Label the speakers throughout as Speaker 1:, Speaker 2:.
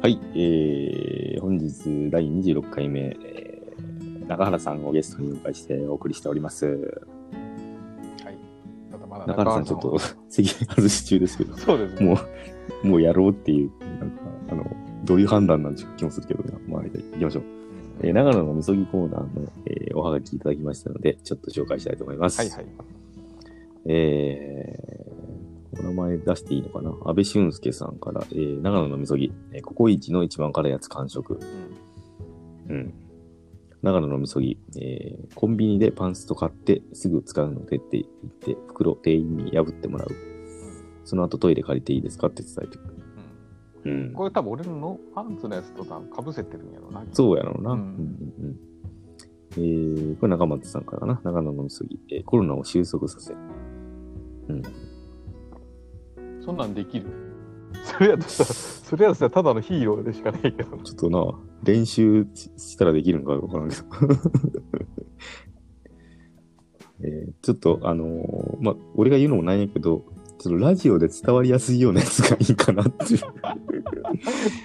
Speaker 1: はい、えー、本日第26回目、えー中原さんをゲストにお迎えしてお送りしております。
Speaker 2: はい。ただまだ
Speaker 1: 中原さん、ちょっと 席外し中ですけど、
Speaker 2: そうですね。
Speaker 1: もう、もうやろうっていう、なんか、あの、どういう判断なんでしょう気もするけどな、まあ、行きましょう。えー、長野のみそぎコーナーの、えーおはがきいただきましたので、ちょっと紹介したいと思います。
Speaker 2: はいはい。
Speaker 1: えーお名前出していいのかな安倍俊介さんから、えー長野のみそぎ、えーココイチの一番辛いやつ完食。うん。長野のみそぎ、えーコンビニでパンスト買ってすぐ使うのでって言って、袋店員に破ってもらう。その後トイレ借りていいですかって伝えてくる。うん
Speaker 2: これ多分俺のパンツのやつとかぶせてるんやろな。
Speaker 1: そうやろうな。う
Speaker 2: うんん
Speaker 1: うんうんえー、これ中松さんからかな。長野のみそぎ、えーコロナを収束させ。うん。
Speaker 2: そんなんできる。それやったら、 それやったらただのヒーローでしかないけど。
Speaker 1: ちょっとな、練習ししたらできるのかわからんけど。 えーちょっと、あのーまあ、俺が言うのもないんやけど、ちょっとラジオで伝わりやすいようなやつがいいかなっていう。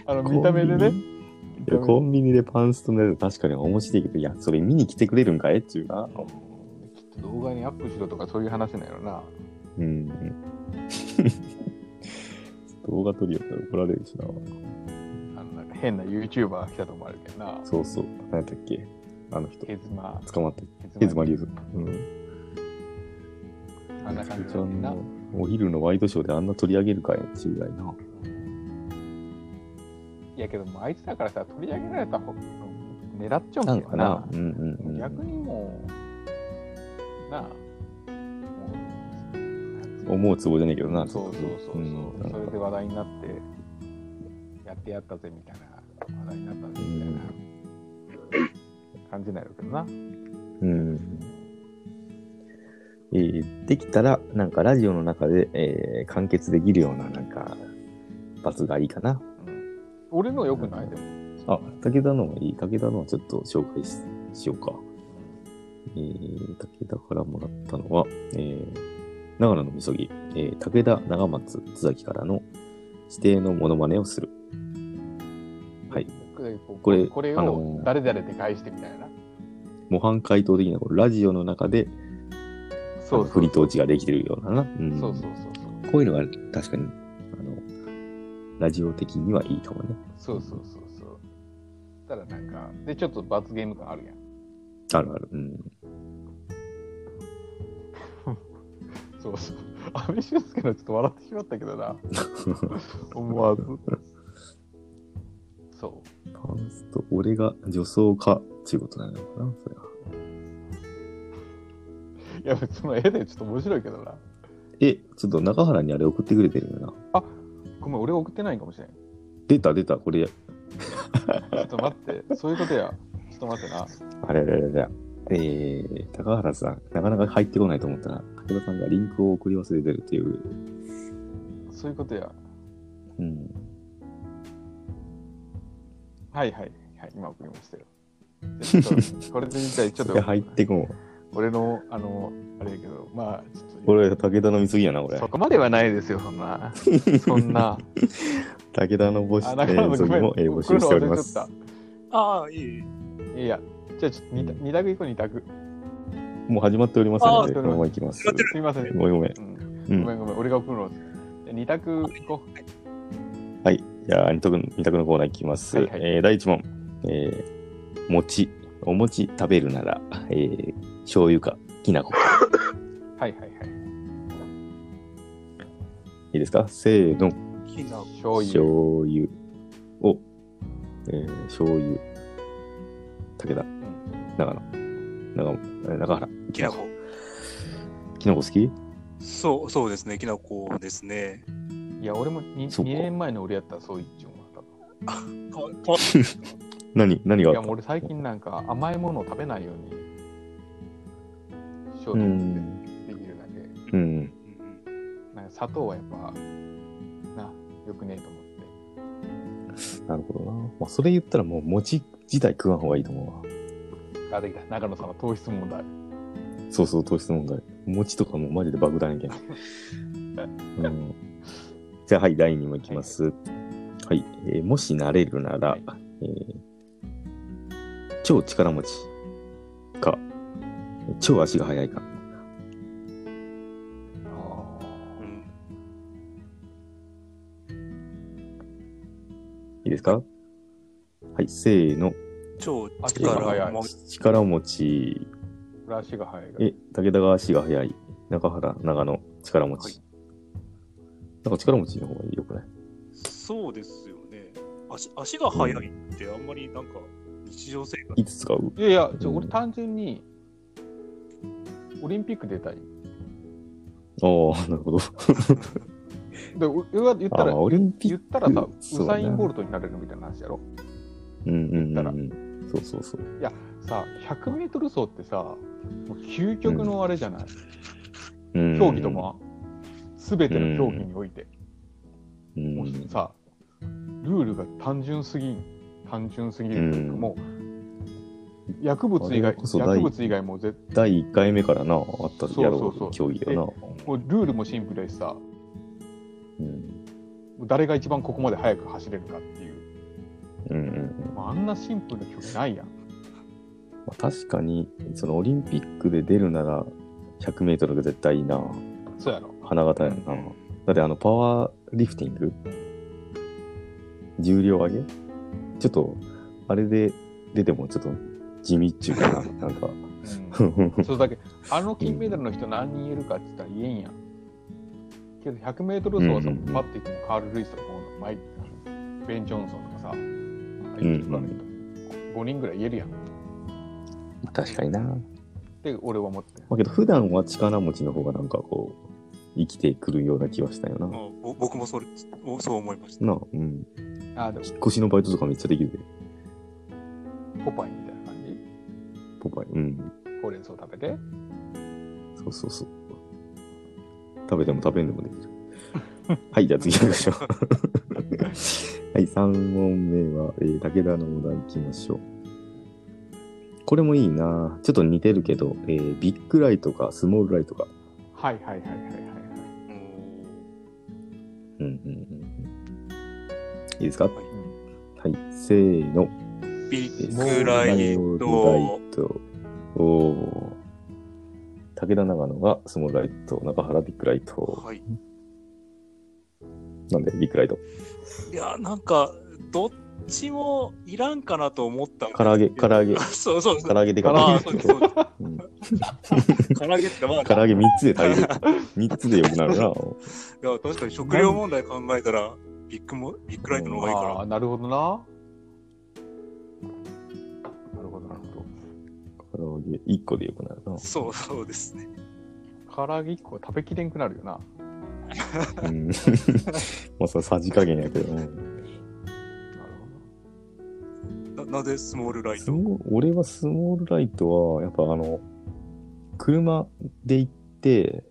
Speaker 2: あの、 見た目で
Speaker 1: コンビ
Speaker 2: ね。
Speaker 1: ニ。いやコンビニでパンストのやつ確かに面白いけど、いや、それ見に来てくれるんかいっていうな。
Speaker 2: きっと動画にアップしろとかそういう話なんやろな。
Speaker 1: うん。 動画撮りよったら怒られるしな。
Speaker 2: あの、なんか変な YouTuber 来たと思われるけどな。
Speaker 1: そうそう。何やったっけあの人。
Speaker 2: ヘズマ、
Speaker 1: 捕まった。ヘズマリュウズ。うん。
Speaker 2: あんな感じ
Speaker 1: ちゃ
Speaker 2: だ
Speaker 1: ん
Speaker 2: な
Speaker 1: の。お昼のワイドショーであんな取り上げるかいっていうぐらいな。
Speaker 2: いやけどもうあいつだからさ、取り上げられた方狙っちゃうん
Speaker 1: な
Speaker 2: だ
Speaker 1: ん
Speaker 2: よ
Speaker 1: かな。うんうんうん。
Speaker 2: 逆にもう、なあ、もう
Speaker 1: 思うツボじゃねえけどな。
Speaker 2: そうそうそうそう、
Speaker 1: んなん
Speaker 2: そ
Speaker 1: か
Speaker 2: れで話題になって、やってやったぜみたいな、話題になったぜみたいな感じになるけどな。
Speaker 1: うん。えーできたら、なんかラジオの中で、えー完結できるような、なんか、罰がいいかな。
Speaker 2: うん俺のよくないでも。
Speaker 1: あ、武田のもいい。武田のはちょっと紹介ししようか。えー武田からもらったのは、えー長野のみそぎ、えー武田長松津崎からの指定のモノマネをする。はい。こ
Speaker 2: こ
Speaker 1: れ
Speaker 2: れこれ
Speaker 1: あの
Speaker 2: を
Speaker 1: ー
Speaker 2: 誰々で返してみたいな。
Speaker 1: 模範解答的な、このラジオの中で
Speaker 2: そうそ
Speaker 1: 振
Speaker 2: う
Speaker 1: り
Speaker 2: そう
Speaker 1: 統治ができてるようなな。うん
Speaker 2: そうそうそうそう。
Speaker 1: こういうのが確かに、あの、ラジオ的にはいいかもね。
Speaker 2: そうそうそうそう。たらなんか、で、ちょっと罰ゲーム感あるやん。
Speaker 1: あるある。うん。
Speaker 2: そうそう。 安倍俊介のちょっと笑ってしまったけどな。 思わず。そ
Speaker 1: パンスト、俺が女装かっていうことなのかな、それは。
Speaker 2: う。いや、その絵でちょっと面白いけどな。
Speaker 1: え、ちょっと中原にあれ送ってくれてるよな。
Speaker 2: ごめん、俺送ってないかもしれん。ち
Speaker 1: 出た出た、これ。
Speaker 2: ょっと待って、そういうことや。ちょっと待ってな。
Speaker 1: あれあれあれあれ。えー、高原さん、なかなか入ってこないと思ったら、武田さんがリンクを送り忘れてるっていう。
Speaker 2: そういうことや。
Speaker 1: うん。
Speaker 2: はいはい。はい、今送りましたよ。じゃあちょっとこれで実際ちょっ
Speaker 1: ことれ入ってこん。
Speaker 2: 俺のあのあれやけどまあちょっと
Speaker 1: これ、武田の見過ぎやな、これ
Speaker 2: そ。こまではないですよそん なそんな
Speaker 1: 武田の募集、え
Speaker 2: あ、中川
Speaker 1: ー、
Speaker 2: さ
Speaker 1: そ
Speaker 2: ん、ご
Speaker 1: ぎ
Speaker 2: めん
Speaker 1: も、えー募集しております。
Speaker 2: 送るの忘れちゃっ
Speaker 3: ああ、いい。
Speaker 2: たいやいや、じゃあちょっと 2, 二択行こう、2択。
Speaker 1: もう始まっておりますので、
Speaker 2: あ
Speaker 1: こ
Speaker 2: ー
Speaker 1: のままいきます。
Speaker 3: やって
Speaker 2: すみません。
Speaker 1: ごめんごめん。
Speaker 2: うん
Speaker 1: う
Speaker 2: ごめ
Speaker 1: ん、
Speaker 2: んごめん、俺が送るの。じゃあ2択行こう。
Speaker 1: はい。じゃあ、二択二択のコーナーいきます。
Speaker 2: はいはい
Speaker 1: えー第一問、えー、餅。お餅食べるなら、えー、醤油か、きな粉か。
Speaker 2: はいはいはい。
Speaker 1: いいですかせーの、
Speaker 3: きな
Speaker 2: 醤
Speaker 1: 醤
Speaker 2: 油。
Speaker 1: 油を、えー、醤油、武田、長野、長野えー中原、
Speaker 3: きなこ。
Speaker 1: きな粉好き
Speaker 3: そう、そうですね。きなこですね。
Speaker 2: いや、俺も 2,
Speaker 1: そうか
Speaker 2: 二年前の俺やったらそう一応は。
Speaker 3: かわかわ
Speaker 1: 何何
Speaker 2: 多分
Speaker 1: が
Speaker 2: い
Speaker 1: あ
Speaker 2: や、
Speaker 1: っ
Speaker 2: もう俺最近なんか甘いものを食べないようにしよ
Speaker 1: た
Speaker 2: う
Speaker 1: う
Speaker 2: と思っ
Speaker 1: ん。
Speaker 2: て、できるだけ。
Speaker 1: うん。
Speaker 3: うん
Speaker 2: なんか砂糖はやっぱ、な、よくねえと思って。
Speaker 1: なるほどな。まあ、それ言ったらもう餅自体食わん方がいいと思うわ。
Speaker 2: あ、できた。長野さんは糖質問題。
Speaker 1: そうそう、糖質問題。餅とかもマジで爆弾やけん。うん、じゃあ、はい、第2問いきます。はい。えーもしなれるなら、
Speaker 2: はい
Speaker 1: えー超力持ちか、超足が速いか。
Speaker 2: あ
Speaker 3: うん
Speaker 1: いいですかはい、せーの。
Speaker 3: 超
Speaker 2: あ
Speaker 1: 力
Speaker 2: が速
Speaker 3: 力
Speaker 2: い
Speaker 3: も
Speaker 1: 力持ち。
Speaker 2: ー足が速いから
Speaker 1: え、武田が足が速い。中原、長野、力持ち。
Speaker 3: はい
Speaker 1: なんか力持ちの方が良くない
Speaker 3: そうですよね。足足が速いってあんまりなんか日常生活
Speaker 1: いつ使う
Speaker 2: いやいや、ち
Speaker 1: う
Speaker 2: ょ
Speaker 1: ん
Speaker 2: 俺単純に、オリンピック出たい。
Speaker 1: ああ、なるほど。
Speaker 2: で、お俺は言った
Speaker 1: あ
Speaker 2: ら
Speaker 1: あ、、オリンピ
Speaker 2: 言
Speaker 1: ッ
Speaker 2: っ
Speaker 1: ク。
Speaker 2: たらさ、
Speaker 1: そう
Speaker 2: ウ
Speaker 1: だ
Speaker 2: サ
Speaker 1: ね
Speaker 2: イン・ボルトになれるみたいな話やろ。
Speaker 1: うんうんう
Speaker 2: 言
Speaker 1: ん
Speaker 2: ったら
Speaker 1: うん。そうそうそう。
Speaker 2: さ、100メートル走ってさ、もう究極のあれじゃない、
Speaker 1: うん
Speaker 2: 競技とも、すべての競技において、
Speaker 1: う。
Speaker 2: もうんさ、ルールが単純すぎん、単純すぎるというか、
Speaker 1: うん
Speaker 2: もう、薬物以
Speaker 1: あれ
Speaker 2: 外、
Speaker 1: こそ第
Speaker 2: 薬物以外もぜ
Speaker 1: 第1回目からな、あった
Speaker 2: そうそうそう
Speaker 1: やろう競技だな。
Speaker 2: もうルールもシンプルだしさ、
Speaker 1: うん
Speaker 2: もう誰が一番ここまで速く走れるかっていう、
Speaker 1: うんうんうん
Speaker 2: もうあんなシンプルな競技ないやん。
Speaker 1: まあ、確かに、そのオリンピックで出るなら、100メートルが絶対いいな。
Speaker 2: そうやろ。
Speaker 1: 花形やな。だってあの、パワーリフティング重量上げちょっと、あれで出てもちょっと地味っちゅう かな。なんか、
Speaker 2: うんそうだけどあの金メダルの人何人いるかって言ったら言えんやん。けど 100m 走はさ、
Speaker 1: うんうんうん
Speaker 2: パッていってもカール・ルイスとかもマイベン・ジョンソンとかさ、5人ぐらい言えるやん。
Speaker 1: 確かにな。
Speaker 2: って俺は思って。
Speaker 1: まあ、けど、普段は力持ちの方がなんかこう、生きてくるような気はしたよな。
Speaker 3: うんぼ僕もそれそう思いました。
Speaker 1: なあ、うん。
Speaker 2: あで
Speaker 1: 引っ越しのバイトとかめっちゃできるで、
Speaker 2: もポパイみたいな感じ。
Speaker 1: ポパイ。うん。
Speaker 2: ほうれん草食べて。
Speaker 1: そうそうそう。食べても食べんでもできる。はい、じゃあ次行きましょう。 はい、3問目は、えー、武田のお題行きましょう。これもいいなぁちょっと似てるけど、えー、ビッグライトかスモールライトか。
Speaker 2: はいはいはいはいはい。
Speaker 3: う
Speaker 1: うんうんう
Speaker 3: ん
Speaker 1: んうん。いいですかは
Speaker 3: はい
Speaker 1: い、せーの。
Speaker 3: ビ
Speaker 1: えー
Speaker 3: ッグライ
Speaker 1: スモ
Speaker 3: ト
Speaker 1: ールライト。おー。武田長野がスモールライト、中原ビッグライト。
Speaker 3: はい。
Speaker 1: なんでビッグライト。
Speaker 3: いや、なんか、どっちもいらんかなと思ったんで
Speaker 1: 唐
Speaker 3: す
Speaker 1: 揚げ、唐揚げ
Speaker 3: あ。 そうそうそ
Speaker 1: 唐
Speaker 3: う。
Speaker 1: 揚げでか
Speaker 3: あ
Speaker 1: い
Speaker 3: あ、そうです、そうです。
Speaker 1: うん
Speaker 3: 唐揚げって、まあ、
Speaker 1: 唐揚げ3つで足りる。3つでよくなるな。
Speaker 3: いや確かに食料問題考えたら、ビッグも、ビッグライトの方がいい
Speaker 2: ああー、
Speaker 3: か
Speaker 2: なるほどな。なるほどなるほ
Speaker 1: 唐揚げ1個でよくなるな
Speaker 3: ら。。そうそうですね。
Speaker 2: ど。唐揚げ1個食べきれんくなるよな。
Speaker 1: うん。まあ、そのさじ加減やけどね。
Speaker 2: なる
Speaker 3: ななぜスモールライ
Speaker 1: ス
Speaker 3: ト
Speaker 1: モ俺はスモールライトは、やっぱあの、車で行って、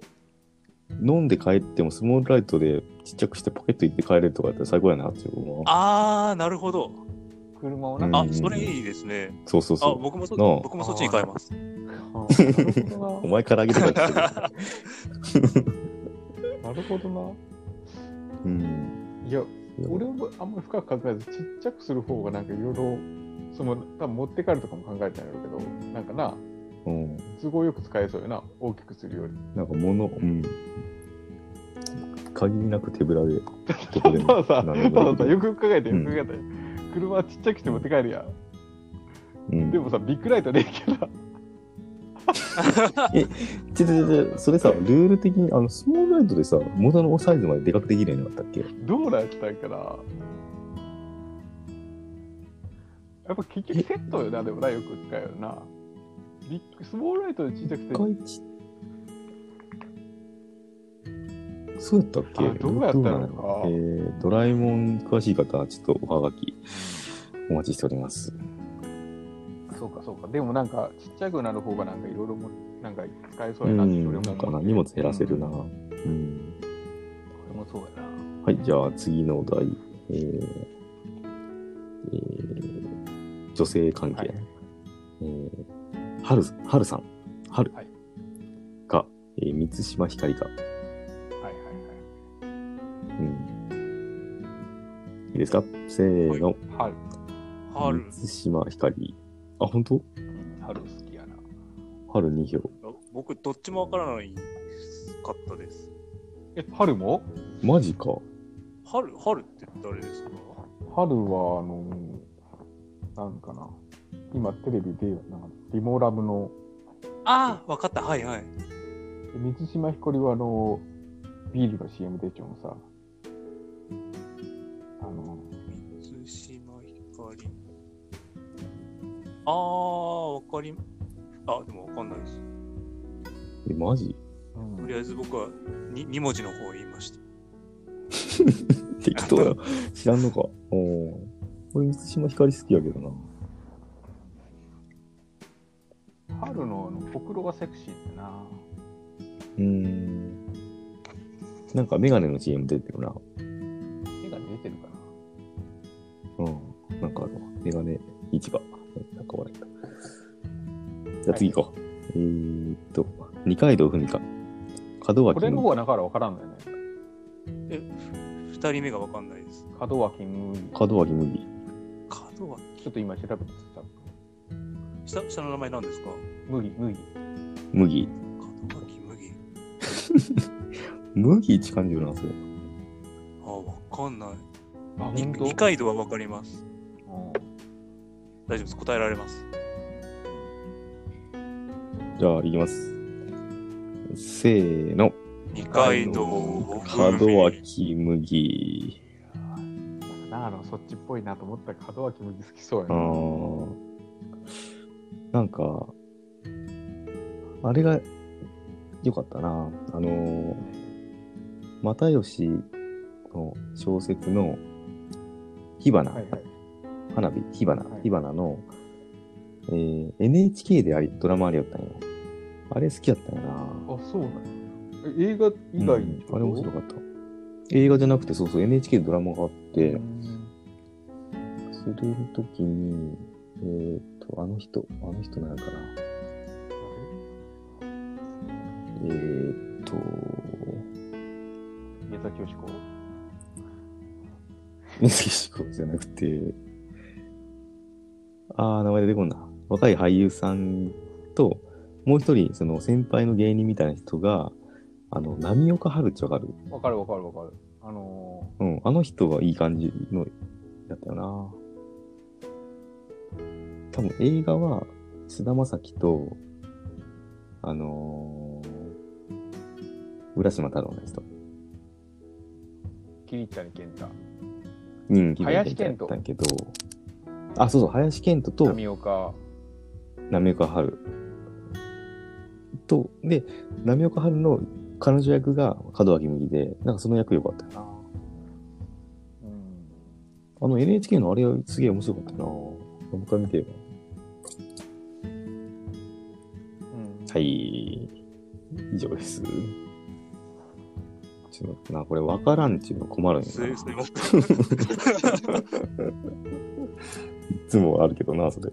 Speaker 1: 飲んで帰ってもスモールライトでちっちゃくしてポケット入れて帰れるとかやったら最高やなって思うな。
Speaker 3: ああ、なるほど。
Speaker 2: ほど。車を
Speaker 1: う
Speaker 2: な。
Speaker 1: ん
Speaker 3: あ、それいいですね。
Speaker 1: そうそう
Speaker 3: あ、
Speaker 1: そう。
Speaker 3: 僕もそ、
Speaker 1: なあ
Speaker 3: 僕もそっちに変えます。
Speaker 2: なるほ どな
Speaker 1: お前唐揚げとか言ってる。
Speaker 2: なるほどな。
Speaker 1: うん。
Speaker 2: いや、俺はあんまり深く考えず、ちっちゃくする方がなんかいろいろ、その、多分持って帰るとかも考えてないけど、なんかな、
Speaker 1: うん。
Speaker 2: 都合よく使えそうよな、大きくするより。
Speaker 1: なんか物、うん。限りなく手ぶらで、どこで
Speaker 2: た
Speaker 1: も
Speaker 2: ださ、
Speaker 1: 何
Speaker 2: た
Speaker 1: でも
Speaker 2: だ
Speaker 1: で
Speaker 2: さ、
Speaker 1: きる
Speaker 2: よく考えて、よ
Speaker 1: うん
Speaker 2: く考えて。車はちっちゃくして持って帰るやん。
Speaker 1: うん
Speaker 2: でもさ、ビッグライトでいいけど、
Speaker 1: ちょちょちょ、それさ、ルール的に、あの、スモールライトでさ、元のサイズまででかくできるようになったっけ
Speaker 2: どうなったんかな。やっぱ結局セットよな、でもな、よく使うよな。ビッグ、スモールライトでちっちゃくて
Speaker 1: 一、回ちそうやったっけ
Speaker 2: あどうやったのか
Speaker 1: どなんやろえー、ドラえもん詳しい方は、ちょっとおはがき、お待ちしております。
Speaker 2: そうかそうか。でもなんかちっちゃくなる方がなんかいろいろもなんか使えそううやなって
Speaker 1: ん、
Speaker 2: 俺
Speaker 1: なん
Speaker 2: も
Speaker 1: か
Speaker 2: 思
Speaker 1: な、
Speaker 2: って
Speaker 1: 荷物減らせるな。
Speaker 2: うん
Speaker 1: うん。
Speaker 2: 俺もそうやな。
Speaker 1: はい、じゃあ次のお題。えーえー、女性関係。
Speaker 2: はい。
Speaker 1: えー、はる、はるさん。はる。
Speaker 2: はい
Speaker 1: が、えー、満島ひかりか。
Speaker 2: はいはいはい。
Speaker 1: うん。いですかせーの。
Speaker 2: 春。
Speaker 3: 春。
Speaker 1: 満島ひかり。あ、本当
Speaker 2: うん春好きやな。
Speaker 1: 春2票。
Speaker 3: あ僕、どっちもわからないかったです。
Speaker 2: え、春も
Speaker 1: マジか。
Speaker 3: 春、春って誰ですか
Speaker 2: 春は、あのー、なんかな。今テレビで、なんか、リモラブの、
Speaker 3: ああ、わかった。はいはい。
Speaker 2: 水島ひかりは、あのー、ビールの CM 出ちゃうのさ。あの
Speaker 3: 水島ひかり。ああ、わかり、あ、でもわかんないです。
Speaker 1: え、マジ
Speaker 2: ー、うん
Speaker 3: とりあえず僕は 2, 文字の方を言いました。
Speaker 1: 適当 や。知らんのか。おー俺、満島ひかり好きやけどな。
Speaker 2: 春のあのほくろがセクシーってな。
Speaker 1: うーん。なんか、メガネの CM 出てるな。
Speaker 2: 絵が出てるかな。
Speaker 1: うん。なんかあの、メガネ市場。なんか笑った。じゃあ次行こう。えーっと、二階堂ふみか。門脇
Speaker 2: これの
Speaker 1: 麦
Speaker 2: 方がだから分からんのよね。
Speaker 3: 2人目がわかんないです。
Speaker 2: 門脇麦。ち
Speaker 1: 門脇麦。
Speaker 3: 角は
Speaker 2: ょっと今調べてた。
Speaker 3: 下下の名前なんですか
Speaker 2: 麦、麦。
Speaker 1: 麦。
Speaker 3: 門脇麦。
Speaker 1: 麦一感じるな、それ。
Speaker 3: あ、わかんない。
Speaker 2: あ、ほ
Speaker 3: に
Speaker 2: んと
Speaker 3: 二階堂はわかります。
Speaker 2: うん
Speaker 3: 大丈夫です。答えられます。
Speaker 1: じゃあ、行きます。せーの。
Speaker 3: 二階堂
Speaker 1: 門脇麦。
Speaker 2: 長野そっちっぽいなと思ったら門脇麦好きそうや
Speaker 1: あ
Speaker 2: な、
Speaker 1: ー。なんか、あれが良かったな。あのー、又吉の小説の火花、
Speaker 2: はいはい
Speaker 1: 花火、火花、
Speaker 2: はい
Speaker 1: 火花の、えー NHK でありドラマありやったんよ。あれ好きやったんやな。
Speaker 2: あそうなんやえ映画以外に
Speaker 1: うんあれ面白
Speaker 2: かっ
Speaker 1: かった。映画じゃなくて、そうそう、NHK でドラマがあって、それの時に、えーっと、あの人、あの人なんやかな。えーっと、
Speaker 2: 宮崎美子
Speaker 1: 水木しこじゃなくて、ああ、名前出てこんな。若い俳優さんと、もう一人、その先輩の芸人みたいな人が、あの、波岡春ってわかる
Speaker 2: わかるわかるわかるあの
Speaker 1: うん、あの人はいい感じの、だったよな。多分映画は、菅田将暉と、あのー浦島太郎の人。
Speaker 2: ー、キリッタに健太
Speaker 1: 人気
Speaker 2: 林
Speaker 1: だ
Speaker 2: 遣
Speaker 1: った
Speaker 2: 都
Speaker 1: んやけど、あ、そうそう、林健人と、
Speaker 2: 神岡
Speaker 1: 波岡春とで波岡春の彼女役が門脇麦でなんかその役良かったよな
Speaker 2: うん
Speaker 1: あの NHK のあれはすげえ面白かったなもう一回見てよ
Speaker 2: うん
Speaker 1: はい以上ですちょっと待ってなこれ分からんっていうの困るんや
Speaker 3: す
Speaker 1: ないい
Speaker 3: すいません。
Speaker 1: つもあるけどなそれ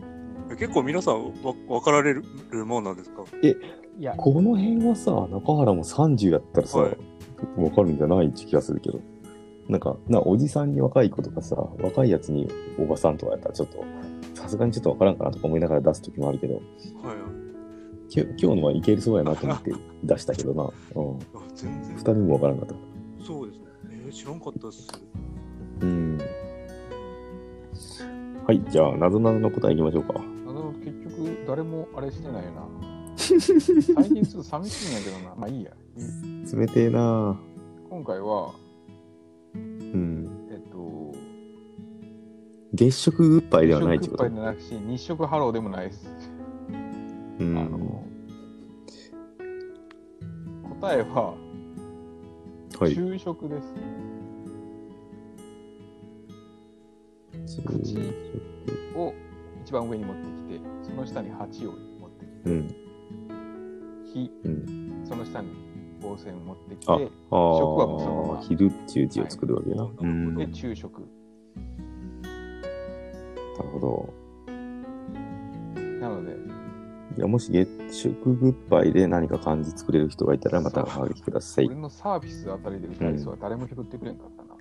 Speaker 3: 結構皆さんわ分かられるもんなんですか
Speaker 2: いや
Speaker 1: この辺はさ中原も30やったらさ、
Speaker 3: はい
Speaker 1: 分かるんじゃないって気がするけどなんかなおじさんに若い子とかさ若いやつにおばさんとかやったらちょっとさすがにちょっと分からんかなとか思いながら出す時もあるけど
Speaker 3: はいはい
Speaker 1: きょ今日のはいけるそうやなと 思って出したけどな、うん、2
Speaker 3: あ。全然
Speaker 1: 人も分からんかった
Speaker 3: そうですね。えー知らんかったっす。
Speaker 1: うんはいじゃあなぞなぞの答えいきましょう か
Speaker 2: あの結局誰もあれしてないよな最近ちょっと寂しいんやけどなまあいいや
Speaker 1: 冷てえな
Speaker 2: 今回は
Speaker 1: うん
Speaker 2: えっと
Speaker 1: 月食グッバイではないっ
Speaker 2: 日食
Speaker 1: てこ
Speaker 2: パ
Speaker 1: と
Speaker 2: イではなくし日食ハローでもないです
Speaker 1: う
Speaker 2: あ
Speaker 1: ん
Speaker 2: の、答えは、
Speaker 1: はい
Speaker 2: 昼食です。
Speaker 1: 昼食
Speaker 2: を一番上に持ってきて、その下に鉢を持って
Speaker 1: うん
Speaker 2: きて、火、
Speaker 1: うん
Speaker 2: その下に防線を持ってき
Speaker 1: あ
Speaker 2: て、
Speaker 1: あー
Speaker 2: 食はもうそのまま
Speaker 1: 昼っていう字を作るわけな。
Speaker 3: は
Speaker 1: う
Speaker 3: い
Speaker 1: んな
Speaker 2: で、
Speaker 1: る
Speaker 2: 昼食。
Speaker 1: ほど。
Speaker 2: なので、
Speaker 1: いやもし月食グッバイで何か漢字作れる人がいたらまたおはがきください
Speaker 2: 俺。のサービスあたりで歌いそうは誰も拾ってくれんかったな。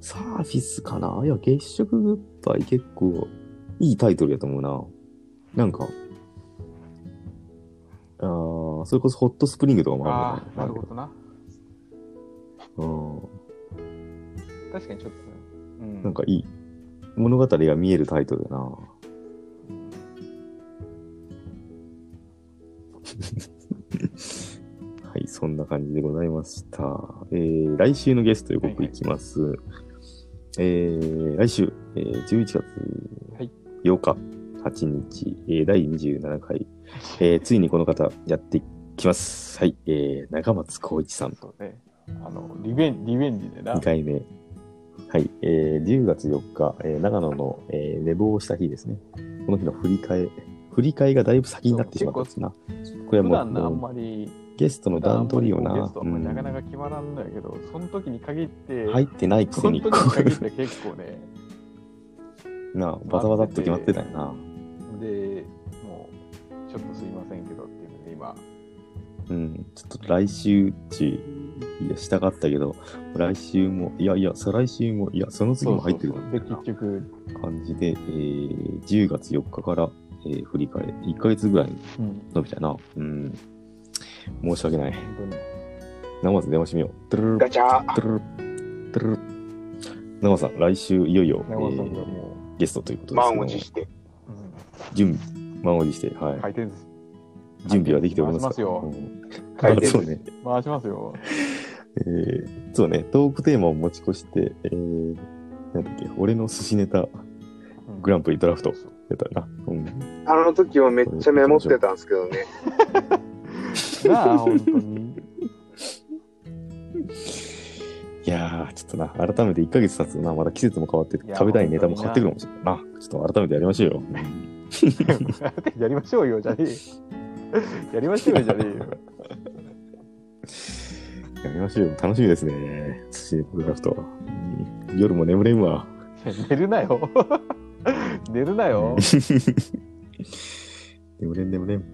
Speaker 1: サーフィスかないや、月食グッバイ結構いいタイトルやと思うな。なんか、あーそれこそホットスプリングとかもあ
Speaker 2: あ
Speaker 1: る
Speaker 2: あ、なる
Speaker 1: んだ
Speaker 2: ほ
Speaker 1: ね。
Speaker 2: どな。
Speaker 1: うん
Speaker 2: 確かにちょっと、うん、
Speaker 1: なんかいい。物語が見えるタイトルだな。 はい、そんな感じでございました。えー来週のゲスト予告いきます。えー来週、えー11月
Speaker 2: はい
Speaker 1: 8日、8日、えー第27回、えーついにこの方やってきます。はい、えー中松浩一さん。
Speaker 2: そうね。あの、リベンリベンジでな。
Speaker 1: 2回目。はい、えー10月4日、えー長野の、えー寝坊した日ですね。この日の振り替え、振り替えがだいぶ先になってしまったんですな。これ
Speaker 2: 普
Speaker 1: は
Speaker 2: 段
Speaker 1: も
Speaker 2: なあ
Speaker 1: うんも
Speaker 2: まり、
Speaker 1: うゲストの段取りを
Speaker 2: 普段あんまりこうゲス、トは
Speaker 1: な
Speaker 2: あんまりなかな
Speaker 1: うん
Speaker 2: か決まらんのやけど、その時に限って、
Speaker 1: 入ってないく
Speaker 2: そ
Speaker 1: せ
Speaker 2: の
Speaker 1: に、
Speaker 2: 時
Speaker 1: こ
Speaker 2: に限って結構ね、
Speaker 1: う なあ、バタバタっと決まってたよな。
Speaker 2: で、もう、ちょっとすいませんけどっていうので、今、
Speaker 1: うん、ちょっと来週中、いや、したかったけど、来週も、いやいや、再来週も、いや、その次も入ってる
Speaker 2: そう
Speaker 1: だ
Speaker 2: そう
Speaker 1: ろう
Speaker 2: で、
Speaker 1: みたいな
Speaker 2: 結局、
Speaker 1: 感じで、えー10月4日から、えー振り替え、1ヶ月ぐらい
Speaker 2: うん、
Speaker 1: 伸びたな。うん。申し訳ない。
Speaker 2: 本当に、
Speaker 1: 生で電話してみよう。トゥルルル
Speaker 3: ガチャ
Speaker 1: トゥルルルトゥルルル生さん、来週いよいよ、え
Speaker 2: 長尾さんが
Speaker 1: ー
Speaker 2: も
Speaker 1: ゲストということですけ
Speaker 3: 満
Speaker 1: ど
Speaker 3: を
Speaker 1: も
Speaker 3: 持して。
Speaker 2: う、うん
Speaker 1: 準備、満を持して、はい。
Speaker 2: 回転です
Speaker 1: 準備はできておりま
Speaker 2: 回
Speaker 1: すか
Speaker 2: しますよ
Speaker 1: うん
Speaker 3: 回転
Speaker 1: あ
Speaker 3: 寿司
Speaker 1: そうね。
Speaker 2: 回しますよ。
Speaker 1: えーそうね、トークテーマを持ち越して、えー、なんだっけ、俺の寿司ネタ
Speaker 2: うん
Speaker 1: グランプリドラフトやったな。うん。
Speaker 4: あの時はめっちゃメモってたんですけどね。
Speaker 2: なあ、本当に。
Speaker 1: いやー、ちょっとな、改めて1ヶ月経つとな、まだ季節も変わって、
Speaker 2: いや
Speaker 1: 食べたいネタも変わってくるかもしれないな。ちょっと改めてやりましょうよ。
Speaker 2: やりましょうよ、じゃねえ よ。やりましょうよ、じゃねえよ。
Speaker 1: やりましょうよ。楽しみですね。寿司ネタグラフト。うん夜も眠れんわ。
Speaker 2: 寝るなよ。 寝るなよ。
Speaker 1: 眠れん眠れん。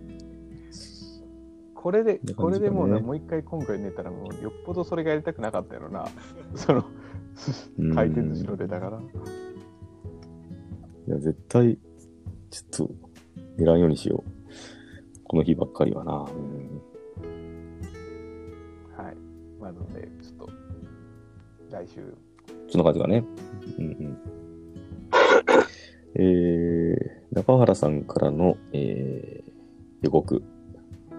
Speaker 2: これで、
Speaker 1: な感じかね
Speaker 2: これでもうな、もう一回今回寝たら、もうよっぽどそれがやりたくなかったやろな。 その、
Speaker 1: うん
Speaker 2: 回転寿司の出たから。
Speaker 1: いや、絶対、ちょっと、寝らんようにしよう。この日ばっかりはな。うん
Speaker 2: はい。まあ、なので、ちょっと、来週。
Speaker 1: そんな感じかね。うんうん。えー、中原さんからの、えー、予告。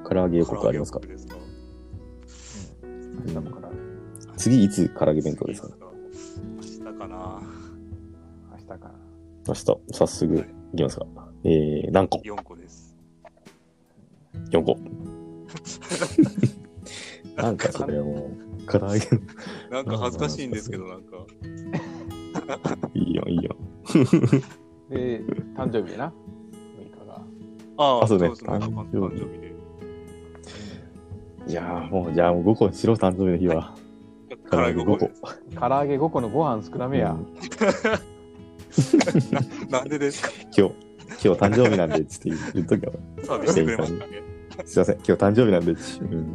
Speaker 1: 唐揚げ予告ありますか
Speaker 3: 唐揚げ予告ですか
Speaker 2: 明日もから、
Speaker 1: 次いつ唐揚げ弁当ですか
Speaker 3: 次明日かな。
Speaker 2: 明日から。
Speaker 1: 明日、早速
Speaker 3: はい
Speaker 1: いきますか。えー、何個
Speaker 3: 4個です。
Speaker 1: ?4 個。なんかそれはもう、唐揚げ
Speaker 3: なんか恥ずかしいんですけど、なんか。
Speaker 1: いいよ、いいよ。
Speaker 2: で、誕生日やな。6日が。
Speaker 3: あ
Speaker 1: あそうね
Speaker 3: ですね。なんか
Speaker 1: 誕生
Speaker 3: 誕
Speaker 1: 日
Speaker 3: 生日で。
Speaker 1: いやーもう、じゃあもう5個にしろ、誕生日の日は。
Speaker 3: 唐揚げ5個です。
Speaker 2: 唐揚げ5個のご飯少なめや。
Speaker 3: なんでですか
Speaker 1: 今日、今日誕生日なんで、ちょっと言っとくよ。
Speaker 3: サービスしてくれましたね。
Speaker 1: すいません、今日誕生日なんで、うん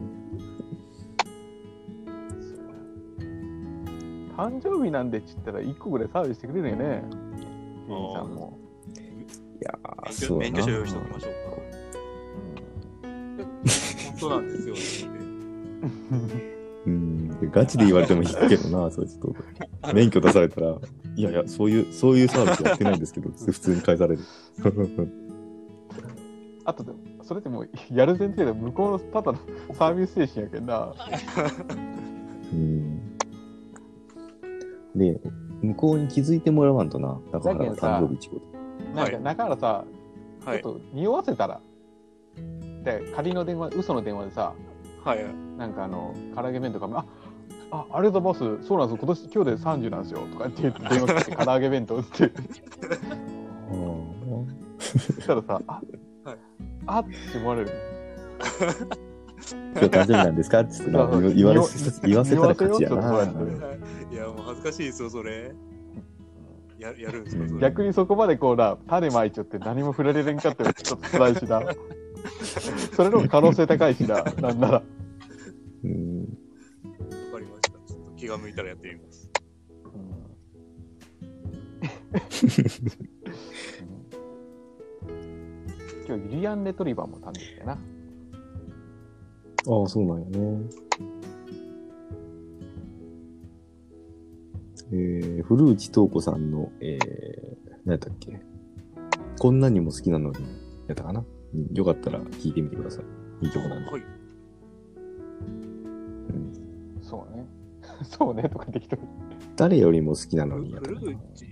Speaker 2: 誕生日なんでっちったら1個ぐらいサービスしてくれるよね。店員さんも。
Speaker 1: いやー、
Speaker 3: 免許
Speaker 1: そうだな
Speaker 3: 免許証用意しておきましょうか。本当なんですよね。
Speaker 1: うん、ガチで言われても引くけど な、それちょっと。免許出されたら、いやいや、そういう、そういうサービスやってないんですけど、 普通に返される。
Speaker 2: あとでも、それでもやる前提で向こうのただのサービス精神やけんな。
Speaker 1: うんで、向こうに気づいてもらわんとな、だから
Speaker 2: だけどさ
Speaker 1: 誕生日一応。
Speaker 2: な
Speaker 3: は
Speaker 2: んか、
Speaker 3: い
Speaker 2: だからさ、
Speaker 3: は
Speaker 2: ち
Speaker 3: い。
Speaker 2: ょっと匂わせたら。で、仮の電話、嘘の電話でさ、
Speaker 3: はい。
Speaker 2: なんかあの、唐揚げ弁当かも、ああ、ありがとうございます。そうなんです。今年、今日で30なんですよ。とかって 言って、電話して、唐揚げ弁当って。そしたらさ、あ、
Speaker 3: はい
Speaker 2: あって思われる。
Speaker 1: 今日誕生日なんですかって言ってな言われ 言わせたら勝ち
Speaker 2: 匂わせよちょっ
Speaker 1: や
Speaker 2: とそ
Speaker 1: な
Speaker 2: うや。って
Speaker 3: いや、もう恥ずかしいですよ、それ。ややるんですか、それ。
Speaker 2: 逆にそこまでこうな種まいちゃって何も振られれんかってのちょっと辛いし なそれの方が可能性高いしななんなら
Speaker 1: うん
Speaker 3: わかりました。ちょっと気が向いたらやってみます。
Speaker 2: うん今日ユリアン・レトリバーも誕生日だな。
Speaker 1: ああ、そうなんやね。えー、古内東子さんの、えー、何やったっけ。こんなにも好きなのに、やったかな。うんよかったら聴いてみてください。いい曲なんで。
Speaker 3: はい。
Speaker 1: うん
Speaker 2: そうね。そうねとか適当に。
Speaker 1: 誰よりも好きなのにやったか
Speaker 3: 古
Speaker 1: な。
Speaker 3: 口。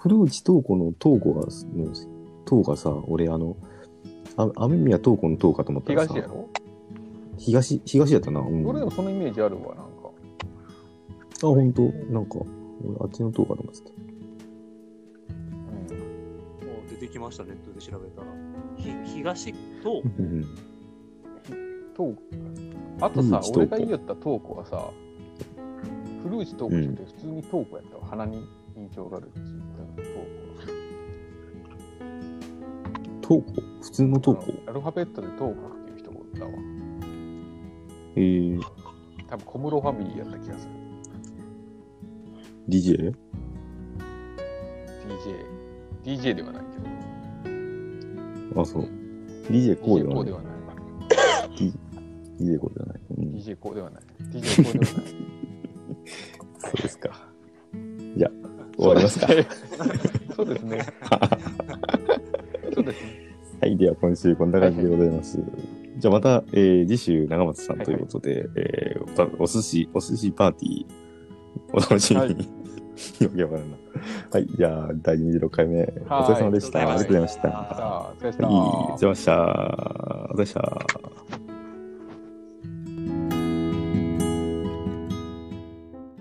Speaker 1: 古内東子の東子が、の東がさ、俺あの、あ雨宮東子の東かと思ったらさ
Speaker 2: 東、やろ
Speaker 1: 東、東やったな。うん、
Speaker 2: 俺で
Speaker 1: あ、
Speaker 2: もそのイメージあるわ、なんか。
Speaker 1: ほんと。なんか、俺あっちの東かと思ってた。
Speaker 2: うん
Speaker 3: もう出てきました、ネットで調べたら。ひ東と、
Speaker 1: うん
Speaker 2: トーあとさ
Speaker 1: 古内東、子
Speaker 2: 俺が言いよったトーコはさ、古内トーコじゃなくて普通にトーコやったわ。鼻に印象があるっていうトーコ。
Speaker 1: 東子普通の東子
Speaker 2: あのアルファベットでトーコっていう人がおったわ。
Speaker 1: えー、
Speaker 2: 多分小室ファミリーやった気がする。
Speaker 1: DJ?
Speaker 2: DJ。DJ ではないけど。
Speaker 1: あ、そう。DJ こうで
Speaker 2: DJ こ
Speaker 1: は
Speaker 2: う
Speaker 1: な
Speaker 2: で
Speaker 1: い。
Speaker 2: はない。
Speaker 1: DJ こうではない。うん、
Speaker 2: DJ こうではない。DJ こうではない。
Speaker 1: そうですか。じゃあ、 終わりますか。
Speaker 2: そうです ね。そうですね。
Speaker 1: はい、では今週こんな感じでございます。じゃあまた、えー次週長松さんということで、えーおたお寿司、お寿司パーティー、お楽しみに。
Speaker 2: は
Speaker 1: よくわからんな。はい、じゃあ第26回目、お疲れ様でした。あ
Speaker 3: は
Speaker 1: りがと
Speaker 3: い
Speaker 1: うございまし
Speaker 3: ありがとうござい
Speaker 2: さあ、お疲れ様で
Speaker 1: た。
Speaker 3: ました
Speaker 2: した
Speaker 1: はい、お疲れ様でした。お疲れ様でした。